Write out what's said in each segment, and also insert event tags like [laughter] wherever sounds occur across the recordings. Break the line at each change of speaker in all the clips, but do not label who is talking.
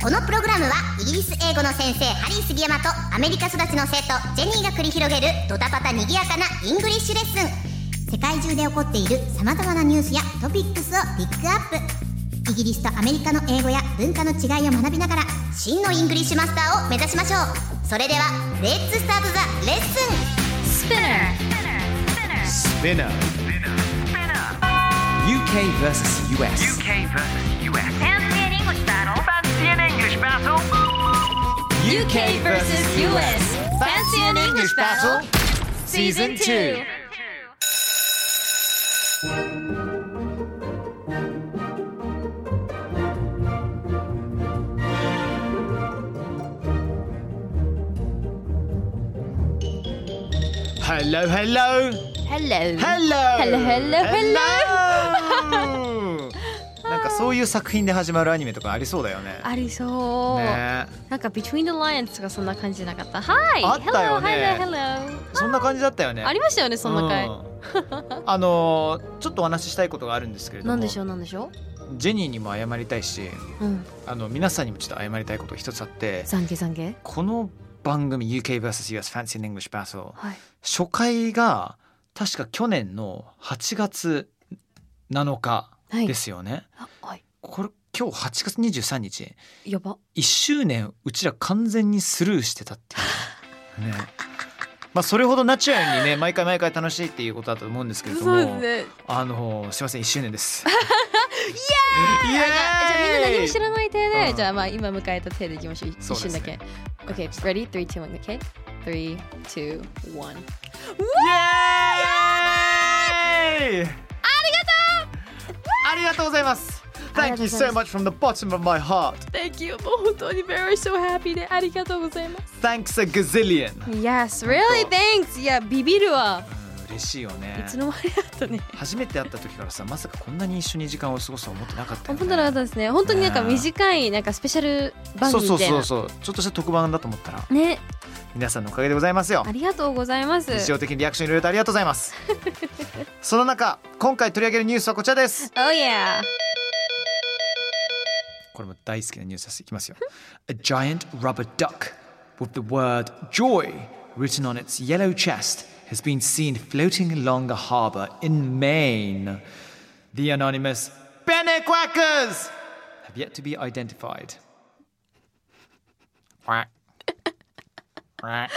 このプログラムはイギリス英語の先生ハリー杉山とアメリカ育ちの生徒ジェニーが繰り広げるドタパタにぎやかなイングリッシュレッスン世界中で起こっている様々なニュースやトピックスをピックアップイギリスとアメリカの英語や文化の違いを学びながら真のイングリッシュマスターを目指しましょうそれではレッツスタートザレッスン
Spinner. UK versus US.
UK versus US. Fancy an English battle. Fancy an
UK versus US. Season
English battle. Fancy an English battle.
2. ハローハロー
Hello.
ハロー
Hello, hello,
hello [laughs] なんかそういう作品で始まるアニメとかありそうだよね。
ありそう。
ね
なんか Between the Lions とかそんな感じじゃなかった。はい。
あったよね
Hello, hello, hello.
そんな感じだったよね。
ありましたよねそんな回。
うんあのーちょっとお話ししたいことがあるんですけれども
なんでしょうなんでしょ
ジェニーにも謝りたいし
う。うん。
あの皆さんにもちょっと謝りたいことが一つあって
懺悔懺悔。
この番組 UKVSUS Fancy in English Battle
はい。
初回が確か去年の8月7日
はい。
ですよね。
あはい。
これ今日8月23日
やば。
1周年うちら完全にスルーしてたっていうね。ね [laughs] まあそれほどナチュラルにね毎回毎回楽しいっていうことだと思うんですけれども。
そうですね。
あのすいません1周年
[laughs]
です。イエーイ。
じゃあみんな何も知
い。
らない手
う
で、
ん
じゃあまあ今迎えた手でいきましょう。一
そうです
瞬
ね
だけ。Okay, ready? Three, two, one. Okay. Three, two, one.
イエーイ。ありがとう。ありがとうございます。
ありが
Thank
と
you
うござ
so
いま
much from the bottom of my heart.
Thank you. もう本当に very so happy でありがとうございます。
Thanks a gazillion.
Yes, really
本当
thanks. いやビビるわ。
うん嬉しいよね
い。つの間にだったね。
初めて会った時からさまさかこんなに一緒に時間を過ごすとは思ってなかったよ、ね。
本当なかったですね。本当になんか短いなんかスペシャル番
そう
組
そ
み
う
たい
そ
な
う。そうちょっとした特番だと思ったら
ね、
皆さんのおかげでございますよ
ありがとうございます。
日常的にリアクションいろいろとありがとうございます
[laughs]
その中今回取り上げるニュースはこちらです
Oh yeah.
これも大好きなニュースですいきますよ A giant rubber duck with the word joy written on its yellow chest has been seen floating along a harbor in Maine The anonymous Bene Quackers have yet to be
[laughs]
identified Quack. Quack.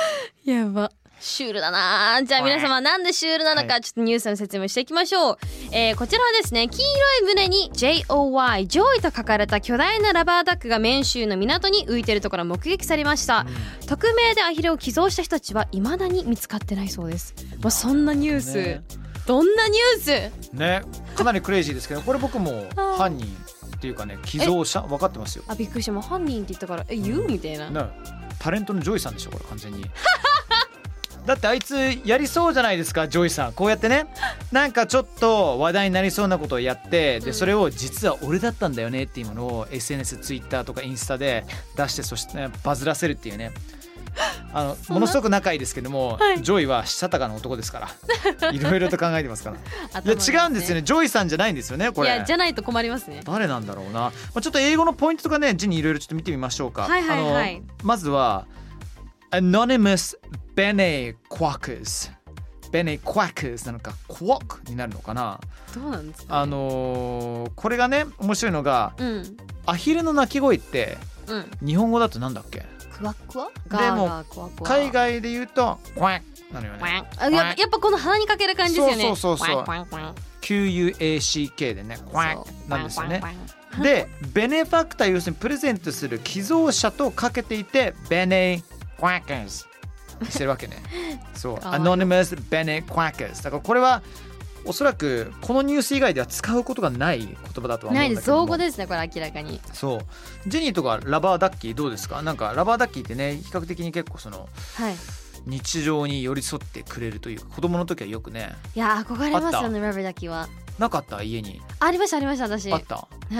やば。シュールだなあじゃ [laughs] あ皆様なんでシュールなの
は
かちょっとニュースの説明していきましょう、えーこちらはですね黄色い胸に JOY ジョイと書かれた巨大なラバーダックがメン州の港に浮いているところが目撃されました、匿名でアヒルを寄贈した人たちは未だに見つかってないそうですまあそんなニュース、
ね
どんなニュース
ねかなりクレイジーですけどこれ僕も犯人っていうかね寄贈者分かってますよ、
あびっくりしたもう犯人って言ったからえ言うみたいな
ね、タレントのジョイさんでしょこれ完全にだってあいつやりそうじゃないですかジョイさんこうやってねなんかちょっと話題になりそうなことをやってでそれを実は俺だったんだよねっていうものを SNSTwitter とかインスタで出してそして、ね、バズらせるっていうねあのものすごく仲いいですけども、
はい
ジョイはしたたかな男ですから
[laughs]
いろいろと考えてますからい
頭
や
がね
違うんですよねジョイさんじゃないんですよねこ
い
れ
やじゃないと困りますね
誰なんだろうな、まあ、ちょっと英語のポイントとかね字にいろいろちょっと見てみましょうか、
はいはいはい
あのまずは Anonymous Bene Quackers Bene Quackers なのか Quack になるのかな
どうなんですか、ね、
あのーこれがね面白いのが
うん
アヒルの鳴き声って
うん
日本語だとなんだっけ
クワクワ
でも
ガーガークワクワ
海外で言うと Quack なのよね
あやっぱやっぱこの鼻にかける感じですよね
そうそうそうそう
ワンワンワン
QUACK でね Quack
そう
なんですよね
ワンワンワン
でベネファクター要するにプレゼントする寄贈者とかけていてベネクワッカー
[laughs]
ズしてるわけねそう
かわ
ア
いい
ノニマスベネクワッカーズだからこれはおそらくこのニュース以外では使うことがない言葉だとは思うんだけども
ないです造語ですねこれ明らかに
そうジェニーとかラバーダッキーどうですかなんかラバーダッキーってね比較的に結構その
はい
日常に寄り添ってくれるというか子供の時はよくね
いやー憧れます
あ
よ
っ
ねラブだけは
なかった家に
ありましたありました私
あ
は
った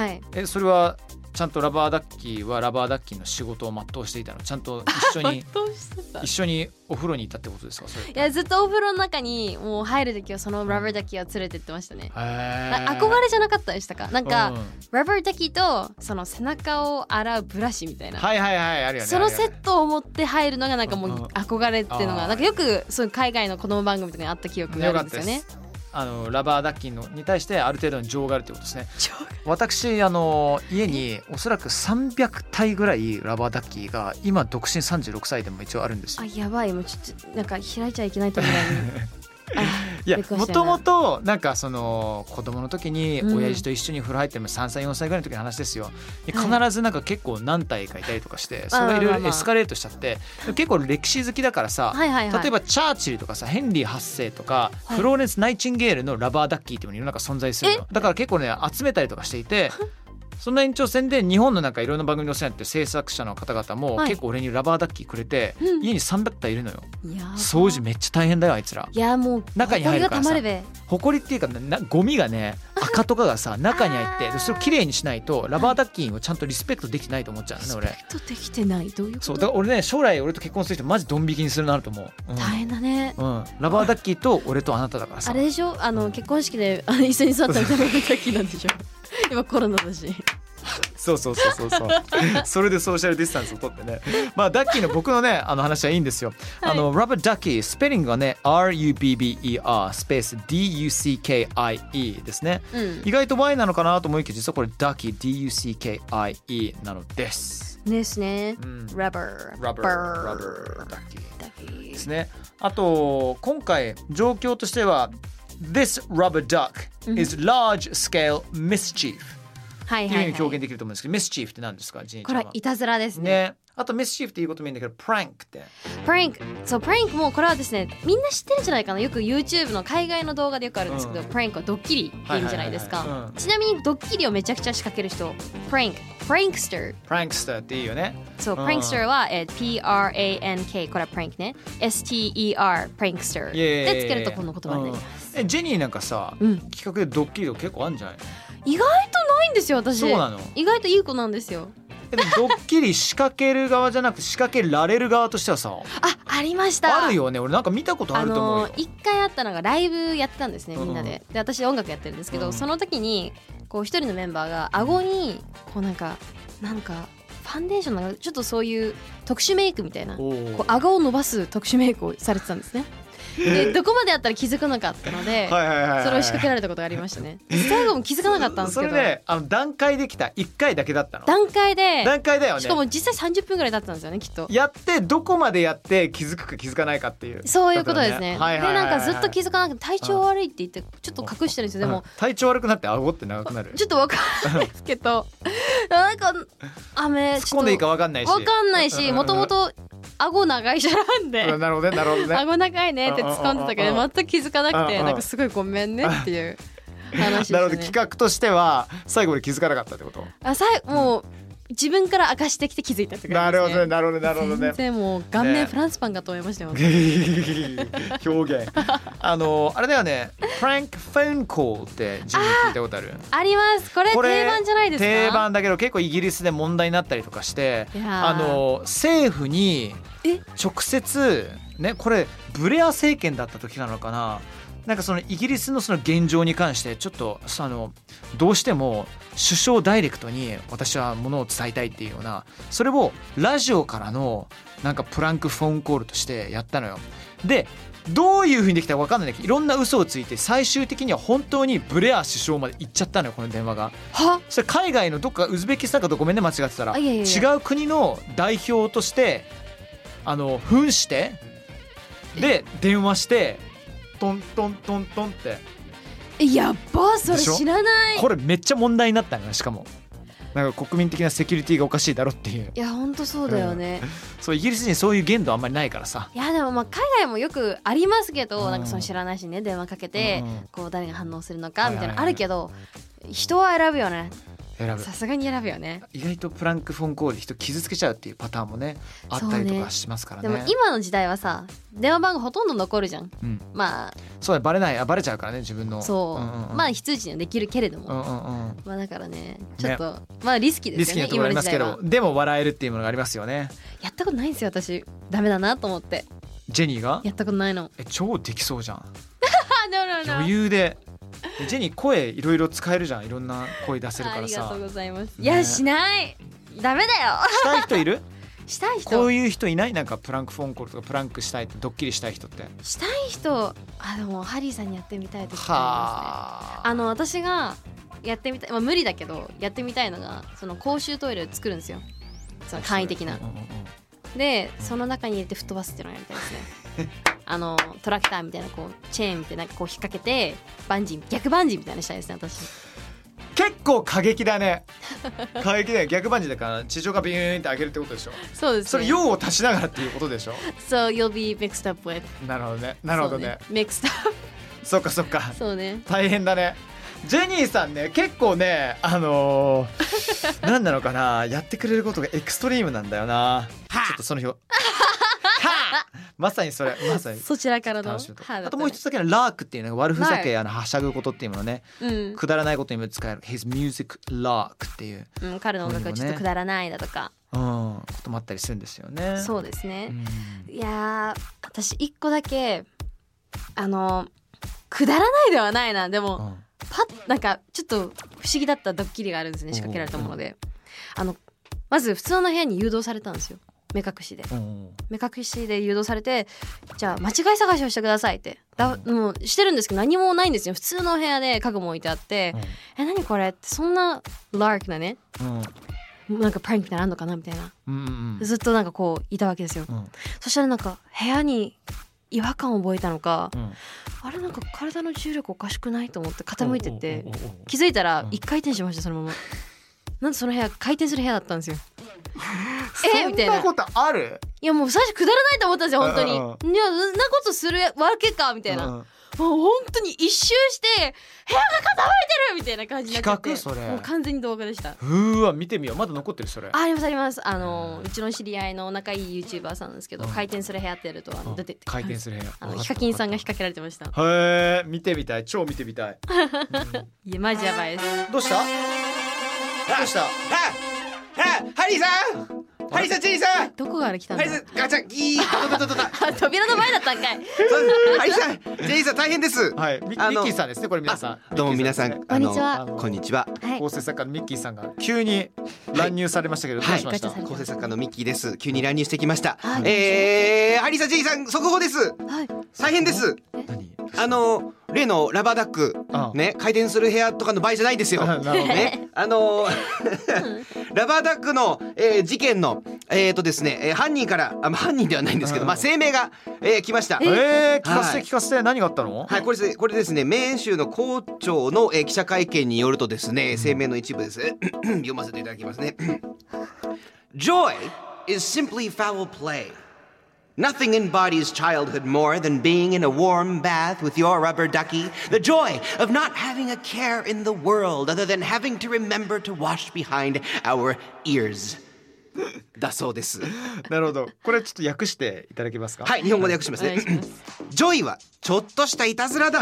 い
えそれはちゃんとラバーダッキーはラバーダッキーの仕事を全うしていたのちゃんと一緒
[laughs]
に
どうしてた
一緒にお風呂にいたってことですかそれ
いやずっとお風呂の中にもう入る時はそのラブだけは連れてってましたね
へ
あ憧れじゃなかったでしたかなん
う
か
ん
ラブだけとその背中を洗うブラシみたいな
はいはいはいあるよね
その
ある
セ
よね
ットを持って入るのがなんかもう
うんうん
憧れっていうの
あー
がなんかよくそういう海外の子供番組とかにあった記憶があ
よかっ
るんで
た
す
で
よ
す
ね。
あのラバーダッキーのに対してある程度の情があるってことですね
情が
私あの家におそらく300体ぐらいラバーダッキーが今独身36歳でも一応あるんです
あ
よ
やばいもうちょっとなんか開いちゃいけないと思う
[laughs]
あ
いや
びっくり
も
した
と
な
もとなんかその子供の時に
うん
親父と一緒に風呂入っても3歳4歳ぐらいの時の話ですよで必
はい
ずなんか結構何体かいたりとかしてそ
まあ
れ
まあまあ
がいろいろエスカレートしちゃって結構歴史好きだからさ
はいはいはい
例えばチャーチルとかさヘンリー8世とか、
はい
フローレンス・ナイチンゲールのラバーダッキーっていうのが世の中存在するのよだから結構ね集めたりとかしていて
[laughs]
そんな延長線で日本のなんかいろんな番組のお世話になってる制作者の方々も
はい
結構俺にラバーダッキーくれて、
うん
家に300体いるのよ
いやー
掃除めっちゃ大変だよあいつら
いやもう
中に入るからさ
埃が溜まる
埃っていうかなゴミがね赤とかがさ中に入ってでそれをきれいにしないとラバーダッキーをちゃんとリスペクトできてないと思っちゃうのね
べ
俺
リスペクトできてないどういうこ
そ
と
うだから俺ね将来俺と結婚する人マジドン引きにするなると思う、うん
大変だね
うん、ラバーダッキーと俺とあなただからさ
あれでしょあの結婚式であの一緒に座ったみたいな時なんでしょ今コロナだし
そうそうそうそう
[laughs]
そうそれでソーシャルディスタンスを取ってねまあダッキーの僕のねあの話はいいんですよ、あのラバーダッキースペリングはね RUBBER スペース DUCKIE ですね、
うん
意外と Y なのかなと思いきや実はこれダッキー DUCKIE なのです
ですね
うん
ラバー
ラバーラバーダッキー
ー
ですねあと今回状況としては This rubber duck is large scale mischief、
はい
っていうふ
は
う
い
に
は
表
い
現できると思うんですけど、ミスチーフって何ですか、ジェニー
こ
ちゃん
れ
は
はいたずらですね
ね。あとミスチーフっていうこともいいんだけど、プランクって。
プランクそうプランクもこれはですねみんな知ってるんじゃないかなよく YouTube の海外の動画でよくあるんですけど、
うん
プランクはドッキリっていうんじゃないです
はいはいはいは
か
いうん
ちなみにドッキリをめちゃくちゃ仕掛ける人プランクプランクスター
プランクスターっていいよね。
そ
う
う
ん
プランクスターは、えー PRANK これはプランクね STER プランクスター
イエーイ
でつけるとこの言葉になります、
うんえ、ジェニーなんかさ、
うん
企画でドッキリとか結構あるんじゃない
意外とないんですよ私
そうなの
意外といい子なんですよ
えでもドッキリ仕掛ける側じゃなく仕掛けられる側としてはさ、
あありました
あるよね。俺なんか見たことあ
あ
ると思う
の
よ。
一回あったのがライブやってたんですねみんなで,、で私音楽やってるんですけど、
うん
その時にこう一人のメンバーが顎にこうなんかなんかファンデーションなんかちょっとそういう特殊メイクみたいなこ
おー
う顎を伸ばす特殊メイクをされてたんですねでどこまでやったら気づくのかってので、
はいはいはいはい。
それを仕掛けられたことがありましたね最後も気づかなかったんです
そ
け
れ
ど、
ね、あの段階できた一回だけだったの。
段階で
段階だよね。
しかも実際30分ぐらいだったんですよねきっと
やってどこまでやって気づくか気づかないかっていう。
そういうことですね。
はいはいはい
で
はい
なんかずっと気づかなくて体調悪いって言ってちょっと隠してるんですよ。で
うん
も
体調悪くなって顎って長くなる。
ちょっとわかんないですけど、なんか雨
突っ込んでいいか
わ
わかんないし。
かんないし、もともと顎長い人なん [laughs]
うん
で。
なるほどね、なるほどね。
顎長いねって突っ込んでたけ
うんうんうんう
ど
ん
全く気づかなく
うん
て
うん
なんかすごいごめんねっていう話で
なるほど、
し
企
たね。
画としては、最後に気づかなかったってこと。
あさいもう自分から明かしてきて気づいたって
な
感じ
る
で
ほ
す
どね、
ね。
なるほどね、なるほどね
全。然もう顔面
ね
フランスパンかと思いましたよ。
[laughs] 表現。あの、あれだよね、プランクフェンコーって、ジム聞いたことある。
あります。これ
これ
定番じゃないですか。
定番だけど、結構イギリスで問題になったりとかして。
いやー
あの政府に
え
直接ねこれブレア政権だった時なのかななんかそのイギリスのその現状に関してちょっとあのどうしても首相ダイレクトに私はものを伝えたいっていうようなそれをラジオからのなんかプランクフォンコールとしてやったのよ。でどういう風にできたか分かんないんだけどいろんな嘘をついて最終的には本当にブレア首相まで行っちゃったのよこの電話が。
は
それ海外のどっかウズベキスタンかどこめんね間違ってたら
あいやいやい
違
や
う国の代表としてあの扮してで電話してトントントントンって
えやっばそれ
でしょ
知らない
これめっちゃ問題になったのよしかもなんか国民的なセキュリティがおかしいだろっていう
いやほんとそうだよね、
そうイギリス人そういう限度あんまりないからさ
いやでもまあ海外もよくありますけど、
うん
なんかその知らない人にね電話かけて、
うん
こう誰が反応するのか
は
みたい
いはい
な
はい
あるけど、人は選ぶよね
選ぶ
さすがに選ぶよね
意外とプランクフォンコールで人傷つけちゃうっていうパターンもねあったりとかしますから
で
ね
も今の時代はさ電話番号ほとんど残るじゃん
うん、
まあ
そうだねバレないあバレちゃうからね自分の
そう,、
んんん
まあ非通知にはできるけれども、
うんうんうん
まあだからねちょっと、まあリスキーで
リ
す
ス
よ
キーなところあ
ね今
り
の
ま
時
すけ
代
ど
は
でも笑えるっていうものがありますよね
やったことないんですよ私ダメだなと思って
ジェニーが
やったことないの
え超できそうじゃん
あなる
余裕でジェニー声いろいろ使えるじゃんいろんな声出せる
あ
から
りが
さ
とうございます、
ね
いやしないダメだよ
したい人いる
したい [laughs] 人
こういう人いないなんかプランクフォンコールとかプランクしたいってドッキリしたい人って
したい人あでもハリーさんにやってみたいときありますね
はあ
あの私がやってみたい、まあ、無理だけどやってみたいのがその公衆トイレを作るんですよその簡易的な
うんうんうん
でその中に入れて吹っ飛ばすっていうのをやりたいですね
[laughs]
あのトラクターみたいなこうチェーンみたいなこう引っ掛けてバンジー逆バンジーみたいなのしたいですね私
結構過激だね過激だよ逆バンジーだから地上がビューンって上げるってことでしょ
そうですね
それ用を足しながらっていうことでしょ
So you'll be mixed up with
なるほどねなるほどね
そう mixed up
そっかそっか
そうね
大変だねジェニーさんね結構ねあの
[laughs]
ー、何なのかなやってくれることがエクストリームなんだよなちょっとそ
[laughs]
の表はあまさにそれまさに
そちらからの
楽しみ
はい
あともう一つだけのラークっていうのが悪ふざけあのはしゃぐことっていうものね
うん、
くだらないことにも使える His music lark っていう、
うん、彼の音楽はちょっとくだらないだとか、
うん、こともあったりするんですよね
そうですね、
ん
いやー私一個だけあのくだらないではないなでも、
うん
パッなんかちょっと不思議だったドッキリがあるんですね仕掛けられたものであのまず普通の部屋に誘導されたんですよ目隠しで
うん
目隠しで誘導されてじゃあ間違い探しをしてくださいってだもうしてるんですけど何もないんですよ普通のお部屋で家具も置いてあって「え何これ?」ってそんなラークなね
うんうん
なんかプランクみたいなのあんのかなみたいな
うんうん
ずっとなんかこういたわけですよ
うん
そしたらなんか部屋に違和感を覚えたのか
うん
あれなんか体の重力おかしくないと思って傾いてって
おうおうおうおう
気づいたら
うん
一回転しましたそのままなんでその部屋回転する部屋だったんですよえ
[laughs] そ
み
ん
たいな
ないことある
やもう最初くだらないと思ったんですよ本当にい
うんうん
やそんなことするわけかみたいな、
う
もうん本当に一周して部屋が傾いてるみたいな感じになっちゃって
企画それ
もう完全に動画でした
うーわ見てみようまだ残ってるそれ
あありますありますあのうちの知り合いの仲いい YouTuber さんなんですけど、
うん
回転する部屋ってやるとあ
うん
の出てってきます
回転する部屋
あのヒカキンさんが引っ
カ
掛けられてました
へえ見てみたい超見てみたい、
いやマジやばいです
どうしたどうした
ハリーさんハリーさんチェリーさん
どこから来たん
ハ
だ
リーさんガチャギードドドドドド
あ扉の前だったんかい
ハリーさんチェリーさん大変です
はいミミ
あの
ッキーさんですねこれ皆さん
どうも皆さん
こんにちは
あのこんにちは
はい
構成作家のミッキーさんが急に乱入されましたけど、
はい
どうしました、
ガチャさ
構成作家のミッキーです急に乱入してきました
はい
えーハリーさんチェリーさん速報です
はい
大変です
何
あの例のラバーダック
あ
ね回転する部屋とかの場合じゃないですよ
なるほど
ね、あのーラバーダックの、えー事件のえっ、とですね、えー犯人からあまあ犯人ではないんですけど、
うん
まあ声明が、えー来ました。
えー、聞かせ
はい
て聞かせて何があったの、
はい、これですねこれですね、メーン州の校長の、えー記者会見によるとですね、声明の一部です。 [clears throat] 読ませていただきますね。Joy is simply foul play. Nothing embodies childhood more than being in a warm bath with your rubber ducky. The joy of not having a care in the world other than having to remember to wash behind our ears. [laughs] だそうです。
なるほどこれちょっと訳していただけますか
はい、日本語で訳します
お願い
ね
し。ます
ジョイはちょっとしたいたずらだ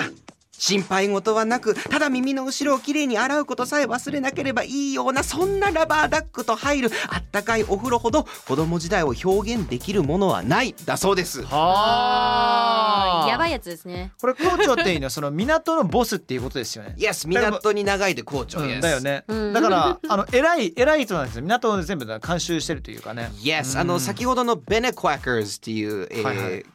心配事はなくただ耳の後ろをきれいに洗うことさえ忘れなければいいようなそんなラバーダックと入るあったかいお風呂ほど子供時代を表現できるものはないだそうです
はあ
やばいやつですね
これ校長っていうのはその港のボスっていうことですよね
Yes 港に長いで校長、
うん
yes
だよね、
うん
だからあの偉い偉い人なんですよ港を全部だから監修してるというかね
Yes あの先ほどのベネクワッカーズっていう、えー
はいはい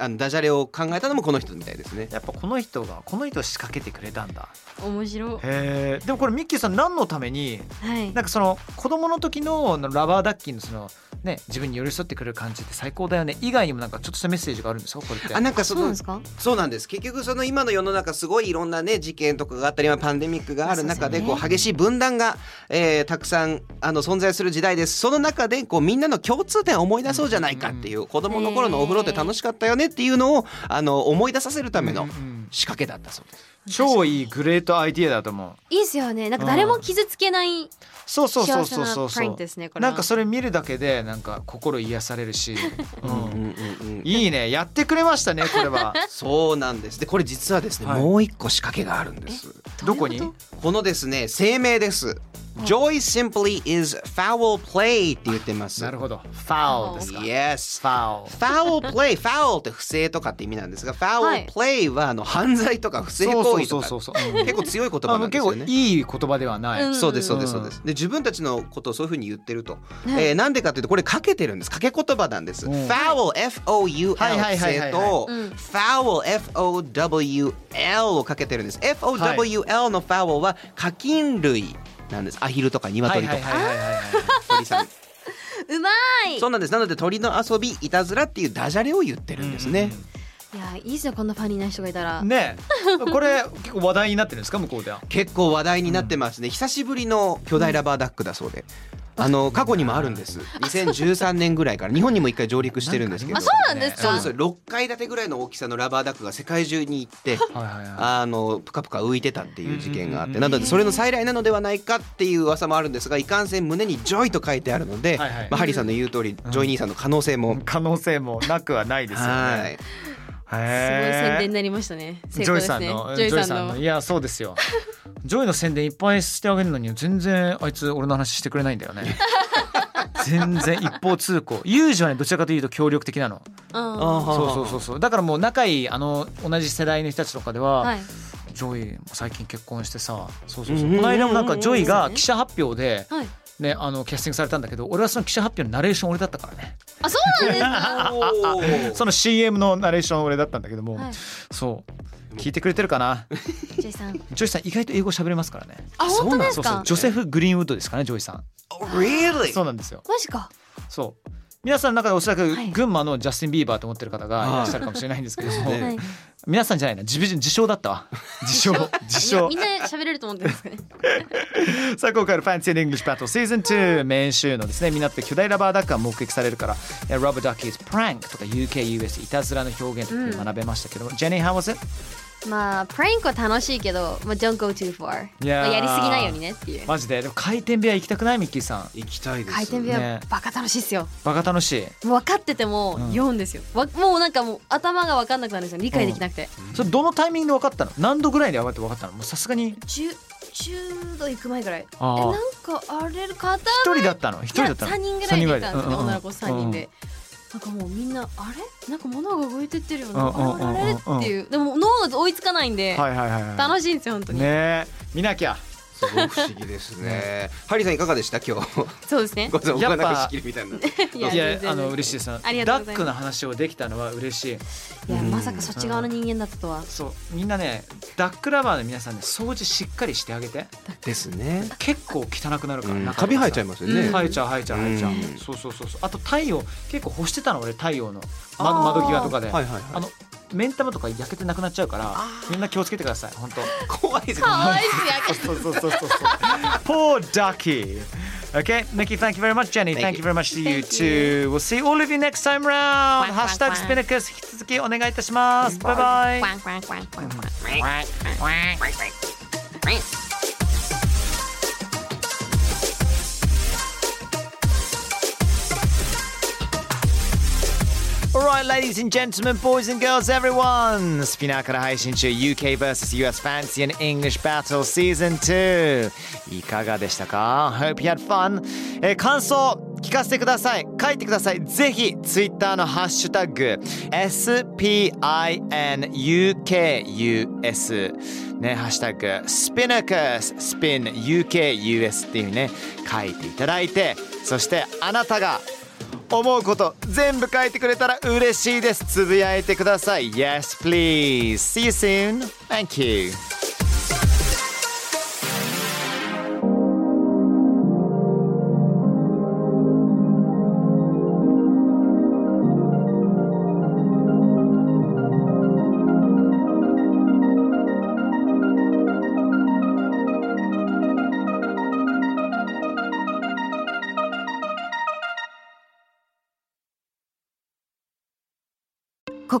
あのダジャレを考えたのもこの人みたいですね
やっぱこの人がこの人を仕掛けてくれたんだ
面白い
へえでもこれミッキーさん何のために
はい
なんかその子供の時のラバーダッキーのそのね自分に寄り添ってくれる感じって最高だよね以外にもなんかちょっとしたメッセージがあるんですかこれって
あなんかそ
そうなん
の
ですか
そうなんです結局その今の世の中すごいいろんなね事件とかがあったりまあパンデミックがある中で
まあそう
こ
です
う激しい分断が、えーたくさんあの存在する時代ですその中でこうみんなの共通点を思い出そうじゃないかっていう子供の頃のお風呂って楽しかったよねっていうのをあの思い出させるため
う
の
んうん
仕掛けだったそうです。
超いいグレートアイディアだと思う
いいですよねなんか誰も傷つけない
そうそうそう
幸せ
そうそう
なプ
そ
リン
う
ですねこれは
なんかそれ見るだけでなんか心癒される
[laughs]
し、うん
うんうんうん
いいねやってくれましたねこれは
そうなんですでこれ実はですね、
はい
もう一個仕掛けがあるんです
どこに
このですね声明です「Joy simply is foul play」って言ってます
なるほどファウルですか
Yes
ファウル
ファオプレイ、ファオって不正とかって意味なんですが、ファ
はい
オプレイはあの犯罪とか不正行為とか
そうそうそうそううん
結構強い言葉
あ
な
の
んで
結
す
構
よね。
いい言葉ではない、
うん
そうですそうですそうです。で自分たちのことをそういうふうに言ってると、えーなんでかというとこれかけてるんです。かけ言葉なんです。
う
フ
ん
ァオ F O U L
はいはいはいはいはい
正と
う
フ
ん
ァオ F O W L をかけてるんです。F O W L のファオは課金類なんです。アヒルとか
は
鶏
い
と
はい
か
はいはいはいはい
鳥さん。
うまい
そうなんです。なので鳥の遊びいたずらっていうダジャレを言ってるんですね。
うんうんうん
いやいいですよこんなファニーな人がいたら
ねえこれ結構話題になってるんですか向こうでは
結構話題になってますね、久しぶりの巨大ラバーダックだそうで、あの過去にもあるんです2013年ぐらいから日本にも一回上陸してるんですけど
あそうなんですか
そうです6階建てぐらいの大きさのラバーダックが世界中に行って
はいはいは
あのプカプカ浮いてたっていう事件があっ
うん
て
うんう
なんのでそれの再来なのではないかっていう噂もあるんですがいかんせん胸に「ジョイ」と書いてあるので、
はいはい
まあ、ハリーさんの言う通り、ジョイ兄さんの可能性も、
い可能性もなくはないですよね
はい
すごい宣
へえ
伝になりましたね成
ジョイ
功です
さん
ね
のジョイさんのいやそうですよジョイの宣伝いっぱいしてあげるのに全然あいつ俺の話してくれないんだよね全然一方通行ユージはねどちらかというと協力的なの
うん
あー
そうそうそうそうだからもう仲いいあの同じ世代の人たちとかでは、
はい
ジョイも最近結婚してさそうそう
うん
そ
う
う
んうんうん
この間もなんかジョイが記者発表で、
はい
ね、あのキャスティングされたんだけど俺はその記者発表のナレーション俺だったからね
あそうなんです
[laughs]
か
おー
その CM のナレーション俺だったんだけども、
はい
そう聞いてくれてるかな
ジョイさん
ジョイさん意外と英語喋れますからね
あ
そう
本当です
そうそ
か
うジョセフ・グリーンウッドですかねジョイさん
Really?
そうなんですよ
マジか
そう皆さんの中でおそらく
はい
群馬のジャスティン・ビーバーと思ってる方がいらっしゃるかもしれないんですけど [laughs] も、
はい
はい
皆さんじゃないな自自称だったわ [laughs] 自称自
いや
称
みんな喋れると思ってるんですかね
さあ今回の「ファンティー・イングリッシュ・バトル」シーズン2名州のですねみんなって巨大ラバーダックが目撃されるからえラバーダッキーズ・プランクとか UKUS いたずらの表現とか学べましたけども、ジェニー・ハウス
まあプランクは楽しいけど、まあ、don't go too far
いやー
まあやりすぎないようにねっていう
マジででも回転部屋行きたくないミッキーさん
行きたいです
回転部
ね
屋バカ楽しいっすよ
バカ楽しい
もう分かってても
うん
読うんですよ、わもうなんかもう頭が分かんなくなるんですよ理解できなくて、
それどのタイミングで分かったの何度ぐらいで上がって分かったのもうさすがに
十十10度いく前ぐらいえ
あ
な
ー
んかあれ方
一人だったの一人だったの
3人ぐらいでいたんです
三人ぐらい
ね女の子3人
うん
で。なんかもうみんなあれなんか物が動いてってるよね
うんうんうんうん
あれあれっていうでも脳が追いつかないんで、
はいはいはい、はい、
楽しいんですよ本当に、
ねえ見なきゃ
すごい不思議です [laughs] ね。ハリーさんいかがでした今日。
そうですね
ごめん
や
な
っぱ
さい仕切りみたいな。
[laughs]
い
いや
全然
あの嬉しいです
ありがと
ダ
うござ
ッ
い
ク
ま
の話をできたのは嬉しい
すいやまさかそっち側の人間だったとは
そうみんなねダックラバーの皆さんね掃除しっかりしてあげて
ですね。
結構汚くなるから、
カビ生えちゃい
ま
ますよ
よね
ね。
うん
生えちゃう生えちゃう生えちゃう、
うん
そうそうそうそうあと太陽結構干してたの俺太陽の、ま
あー
窓際とかで、
はいはいはい
あの目ん玉とか焼けてなくなっちゃうからみんな気をつけてください本
[laughs]
当
怖いですね。
かわいいっすやけ
そうそうそうそうそう。Poor ducky. Okay, Mickey, thank you very much. Jenny, thank,
Thank
you
you.
very much to you
Thank
too. We'll see all of you next time round. ハッシュタグスピナクス引き続きお願いいたします。バイバイ。Alright, ladies and gentlemen, boys and girls, everyone! スピナーから配信中 UK vs.US Fancy and English Battle Season 2! いかがでしたか ?Hope you had fun!、えー感想聞かせてください書いてくださいぜひ Twitter のハッシュタグ SPINUKUS ね、ハッシュタグスピナクススピン UKUS っていうね書いていただいてそしてあなたが思うこと全部書いてくれたら嬉しいですつぶやいてください Yes please See you soon Thank you
こ